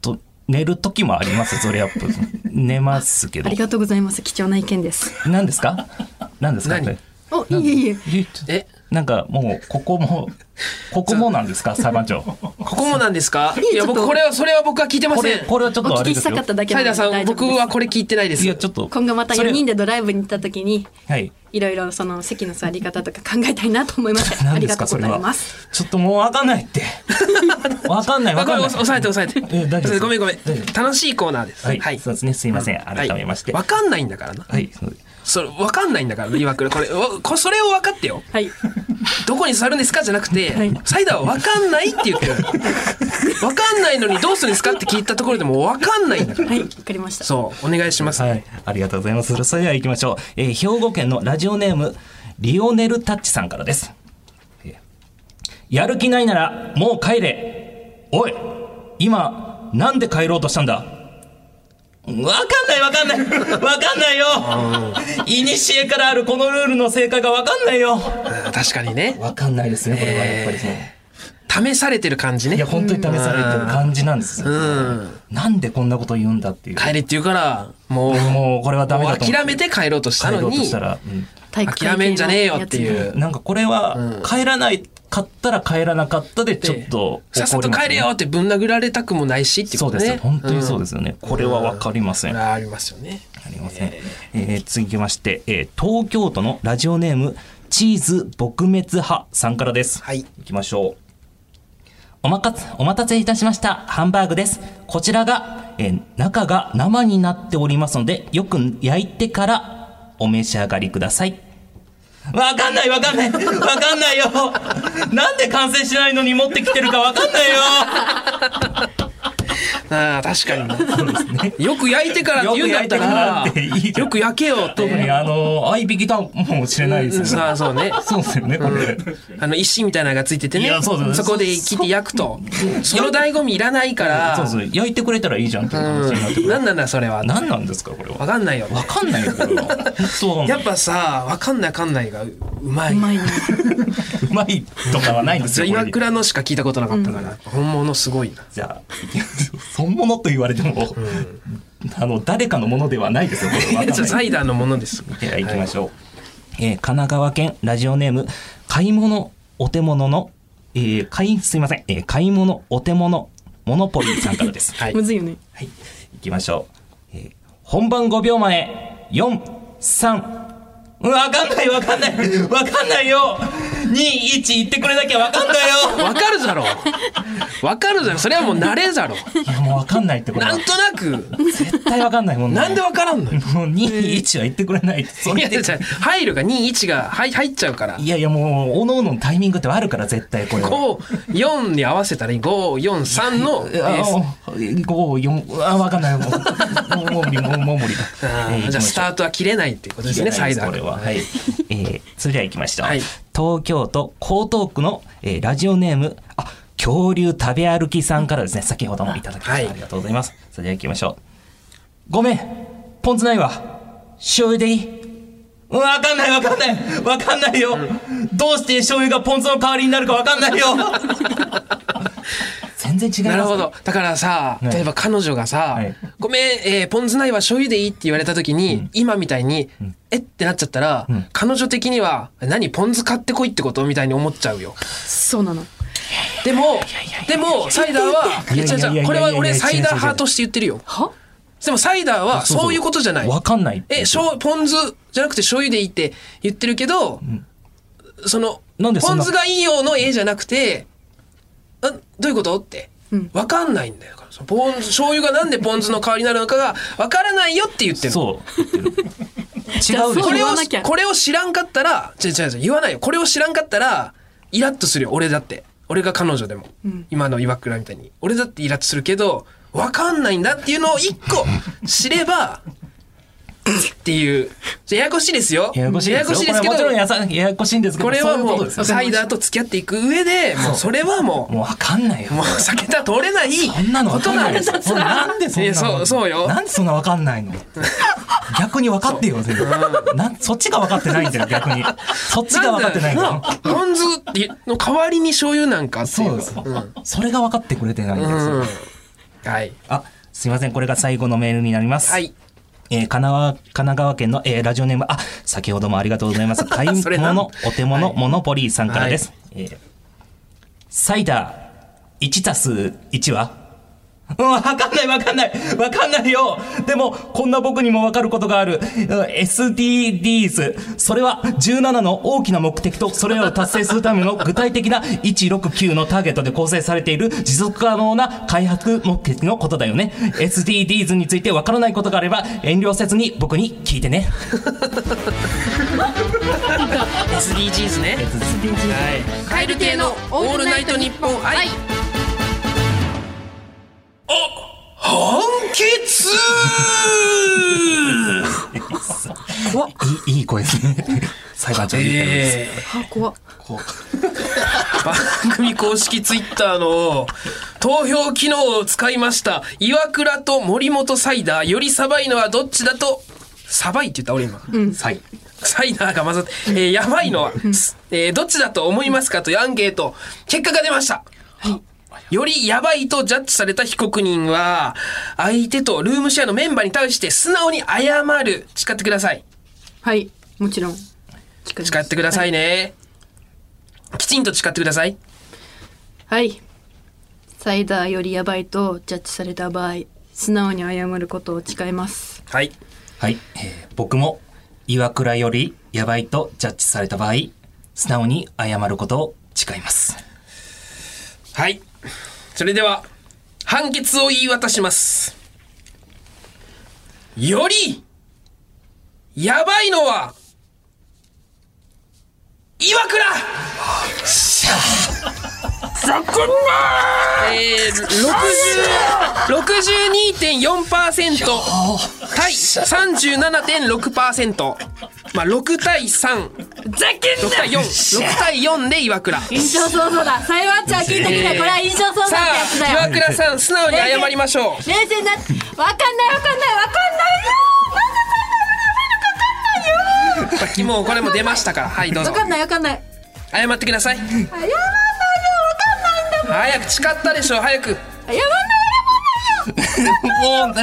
S2: と、寝る時もあります、それやっぱ。寝ますけ
S1: あ
S2: ど
S1: り。がとうございます。貴重な意見です。
S2: 何ですか何ですか
S3: 何
S2: これ
S1: お、いえいえ。
S2: えちょっと
S3: え、
S2: なんかもう、ここも、ここもなんですか、裁 判長。
S3: ここもなんですか
S1: い
S3: い
S1: ち
S3: や、
S1: ょっ
S3: 僕、
S1: と
S3: これは、それは僕は聞いてま
S2: こ
S3: せ
S2: れ、
S3: ん。
S2: これはちょ
S1: お
S2: っとあ
S1: 聞
S2: れ
S1: きし
S2: です
S1: た
S2: よ
S1: かっ。ただけ
S3: サ
S1: な
S3: イ
S1: ので
S3: ダーさん、
S1: 大丈夫
S3: 僕
S1: です
S3: はこれ聞いてないです。
S2: いや、ちょっと。
S1: 今後また
S2: それ
S1: 4人でドライブに行った時に、
S2: はい。
S1: いろいろその席の座り方とか考えたいなと思いました。あ
S2: 何
S1: りが
S2: で
S1: と
S2: すか
S1: う
S2: そ
S1: ご
S2: れ
S1: ざい
S2: は
S1: ます。。
S2: ちょっともうわかんな いって。わかんないわ
S3: あこ
S2: か
S3: れ
S2: んない。
S3: 押さえて押さえて。
S2: え大丈夫です
S3: ごめんごめん
S2: 大丈夫で。す
S3: 楽しいコーナーです。
S2: はい、そうですね。すいません。改めまして。
S3: わ
S2: は
S3: かんないんだからな。
S2: い。そうです
S3: それ、わかんないんだから、岩倉。これ、わこそれを分かってよ。
S1: はい。
S3: どこに座るんですかじゃなくて、
S1: はい
S3: サイダーは分かんないって言って る。分かんないのにどうするんですかって聞いたところでもう分かんないんだから。
S1: はい。わかりました。
S3: そう、お願いします。
S2: はい。ありがとうございます。それでは行きましょう。えー兵庫県のラジオネーム、リオネルタッチさんからです。えーやる気ないなら、もう帰れ。おい今、なんで帰ろうとしたんだわかんないわかんない わかんないよいにしえからあるこのルールの正解がわかんないよ
S3: うん確かにね。
S2: わかんないですね、これはやっぱりその。
S3: 試されてる感じ
S2: いや、
S3: ね。
S2: 本当に試されてる感じなんですよ。
S3: うん。
S2: なんでこんなこと言うんだっていう。
S3: 帰れって言うから、もう、
S2: もうこれはダメ
S3: も
S2: だ
S3: う
S2: と思う
S3: 諦めて帰ろうとした
S2: 帰ろ
S3: の
S2: うと
S3: に
S2: し、たら、
S1: 体育会系の
S3: 諦めんじゃねえよってい
S1: やつ
S3: う
S2: うん。なんかこれは、帰らないかったら帰らなかったで、ちょっと
S3: さっさ
S2: 怒り
S3: と
S2: ますね
S3: 帰れよってぶん殴られたくもないしってい
S2: そう
S3: こと
S2: で
S3: ね。
S2: すよ。本当にそうですよね。これはわかりませ。
S3: うんん。
S2: あ
S3: ありますよね。
S2: りません。えー続きまして、えー東京都のラジオネーム、チーズ撲滅派さんからです。
S3: はい。
S2: 行きましょう。おまかつ、お待たせいたしました。ハンバーグです。こちらが、えー中が生になっておりますので、よく焼いてからお召し上がりください。わかんないわかんないわかんないよ なんで完成しないのに持ってきてるかわかんないよ
S3: ああ、確かにね。よく焼いてからって言うんだっ
S2: よく焼い
S3: たら、
S2: てからっていいじゃん
S3: よく焼けよって。
S2: 特にあの合いびきだもしれないですよ
S3: さ
S2: ね。
S3: あ、そうね。
S2: そうですよねこれ。
S3: あの石みたいなのがついてて
S2: い
S3: ね
S2: やそうです
S3: こで切って焼くとその醍醐味いらないから
S2: そうそう焼いてくれたらいいじゃんっていう話になってく
S3: うん
S2: る。
S3: 何なんだそれは
S2: 何なんですかこれ
S3: わ
S2: は。
S3: かんないよ
S2: わかんないよこれは。本当
S3: やっぱさわかんないわかんないがうまい
S1: まいね。
S2: うまいとかはないんです
S3: そ
S2: よ。
S3: れ
S2: これ
S3: 岩
S2: に
S3: 倉のしか聞いたことなかったから、本物すごいな
S2: じゃあ本物と言われてもあの誰かのものではないですよこれわかんない
S3: サイダーのものです
S2: では行きましょう、えー神奈川県ラジオネーム買い物お手物の、えー買いすいません、えー買い物お手物モノポリーさんからです
S3: はい
S1: むずいよね。
S2: はい行きましょう、えー本番5秒前43わかんないわかんないわかんないよ21言ってくれなきゃわかんないよ
S3: わかるだろわかるだろそれはもう慣れだろ
S2: いやもうわかんないってこれ
S3: な
S2: は
S3: んとなく
S2: 絶対わかんないもんね
S3: なんでわからんのよ
S2: もう21は言ってくれないそ
S3: い
S2: れ
S3: や
S2: で
S3: じゃあ入るが21がはい入っちゃうから
S2: いやいやもうおのおののタイミングってあるから絶対これは
S3: 54に合わせたらいい543のえー
S2: 五四あわかんないもうもう無理もうもう無理だ。
S3: あーじゃあスタ
S2: ー
S3: ートは切れないっていうこと
S2: ト
S3: ですねサイダー
S2: これは
S3: が
S2: はい。えーそれでは行きました。
S3: はい
S2: 東京都江東区の、えーラジオネームあ恐竜食べ歩きさんからですね先ほどもいただきまし
S3: はい
S2: たありがとうございます。それでは行きましょう。ごめんポン酢ないわ醤油でいい。うんわかんないわかんないわかんないよ、どうして醤油がポン酢の代わりになるかわかん ないよ全然違いますね
S3: なるほどだからさ
S2: はい
S3: 例えば彼女がさ
S2: はい
S3: 「ごめんえーポン酢ないわ醤油でいい」って言われた時に今みたいに「えっ?」てなっちゃったら
S2: ん
S3: 彼女的には「何ポン酢買ってこいってこと?」みたいに思っちゃうよ
S1: そうなの。
S3: でもでもサイダーはい
S2: いや
S3: や
S2: いやいや
S3: 違う違うこれは俺サイダー派として言ってるよ
S1: は？
S3: でもサイダーはそういうことじゃない
S2: わかんない。
S3: え、しょう、ポン酢じゃなくて醤油でいいって言ってるけど、その、
S2: なんでそ
S3: ポ
S2: ん
S3: ン
S2: な
S3: 酢がいいよの絵じゃなくて、あどういうことって。わかんないんだよ。そのポン酢、醤油がなんでポン酢の代わりになるのかがわからないよって言ってる。
S2: そう。違うでし
S1: ゃあ
S2: ょ
S1: そう
S3: これ
S1: 言
S3: を
S1: わなきゃ、
S3: これを知らんかったら、違う違う違う、言わないよ。これを知らんかったら、イラッとするよ。俺だって。俺が彼女でも。今の岩倉みたいに。俺だってイラッとするけど、わかんないんだっていうのを一個知れば、っていう。じゃあややこしいですよ。
S2: ややこしいですよ。
S3: ややこしいですけど
S2: これはもちろんやさややこしいんですけど、
S3: これは
S2: そういう
S3: も
S2: こ
S3: う、
S2: とですよ
S3: サイダーと付き合っていく上で、もうそれはもう、
S2: もうわかんないよ。
S3: もう避けたら通れない
S2: そんなの
S3: こ
S2: わ
S3: と
S2: かん
S3: な
S2: なんい
S3: で
S2: よ。
S3: す。
S2: そんななんでそんなの。
S3: いやそうそうよ
S2: なんでそんなわかんないの。逆に分かってよ、全部。なんそっちが分かってないんだよ、逆に。そっちが分かってないんだ
S3: な
S2: よ
S3: ん。だポン酢の代わりに醤油なんかってい
S2: そう
S3: う。
S2: です。それが分かってくれてないんです
S3: うん
S2: よ。
S3: はい。
S2: あ、すいません、これが最後のメールになります。
S3: はい。
S2: えー、神奈川神奈川県の、えーラジオネーム、あ、先ほどもありがとうございます。買い
S3: それなん
S2: 物、お手物、モノポリーさんからです。
S3: は
S2: えーサイダー、1たす1は うんわかんないわかんないわかんないよでも、こんな僕にもわかることがある。うん SDGs。それは17の大きな目的と、それらを達成するための具体的な169のターゲットで構成されている持続可能な開発目的のことだよね。SDGs についてわからないことがあれば、遠慮せずに僕に聞いてね。
S3: SDGs ね。はい。カエル亭のオールナイトニッポン愛。お判決
S2: いいい 声ですね。裁判長に言ったらです。
S3: えー
S1: は怖っ。
S3: 番組公式ツイッターの投票機能を使いました。岩倉と森本サイダー、よりサバいのはどっちだと、サバいって言った俺今。
S2: はい。
S3: サイダーが混ざって、えーやばいのは、えーどっちだと思いますかというアンケート、結果が出ました。よりやばいとジャッジされた被告人は、相手とルームシェアのメンバーに対して素直に謝る。誓ってください。
S1: はい。もちろん。誓
S3: 誓ってくださいね。きちんと誓ってください。
S1: はい。サイダーよりやばいとジャッジされた場合、素直に謝ることを誓います。
S3: はい。
S2: はい、えー僕も岩倉よりやばいとジャッジされた場合素直に謝ることを誓います
S3: はい。それでは、判決を言い渡します。より、やばいのは、岩倉えー、60 62.4%対37.6%まあ6対36対46対4で岩倉さ
S6: 印象想像だ裁判長は聞いてみないこれは印象想像ってやつだよ
S3: あ岩倉さん素直に謝りましょう
S6: 冷静になってわかんないわかんないわかんないよ
S3: もうこれも出ましたからはいどうぞ
S6: わかんないわかんない
S3: 謝ってください謝んないよ分かんないんだ早く誓ったでしょ早く
S6: 謝んない
S2: もう、な、な、な、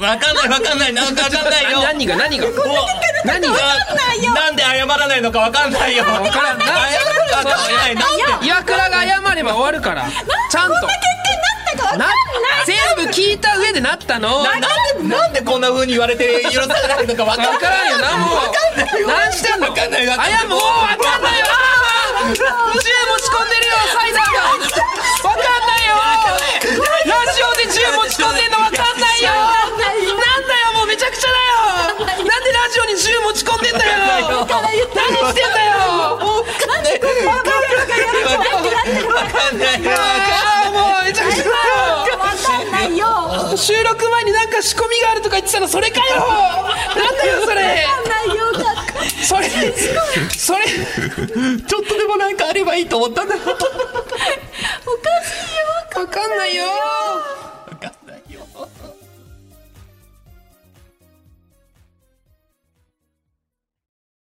S2: わかんないわかんない、なんかわかんないよ。
S3: 何が何が
S2: もう
S3: 何が
S2: なんで謝らないのかわかんないよ。わ
S3: からん
S2: わかんな
S3: な
S2: い。なんで
S3: 岩倉が謝れば終わるからちゃんとな全部聞いた上でなったの
S2: な
S3: 分
S2: なんでなんでこんな風に言われて許されないのかわかん
S3: からんよなもう
S2: 分かんないよ
S3: 何してんの
S2: 分かんないよ
S3: あやもう分かんないよあー銃持ち込んでるよサイダーが分かんないよラジオで銃持ち込んでんの分かんないよなんだよもうめちゃくちゃだよなんでラジオに銃持ち込んでんだよ何してんだよ
S2: わかんないよ。
S3: ああもうめちゃくちゃだよ
S6: わかんないよわかん
S3: 収録前になんか仕込みがあるとか言ってたのそれかよなんだよそれ
S6: ないよだって
S3: それそれ
S2: ちょっとでもなんかあればいいと思ったんだ。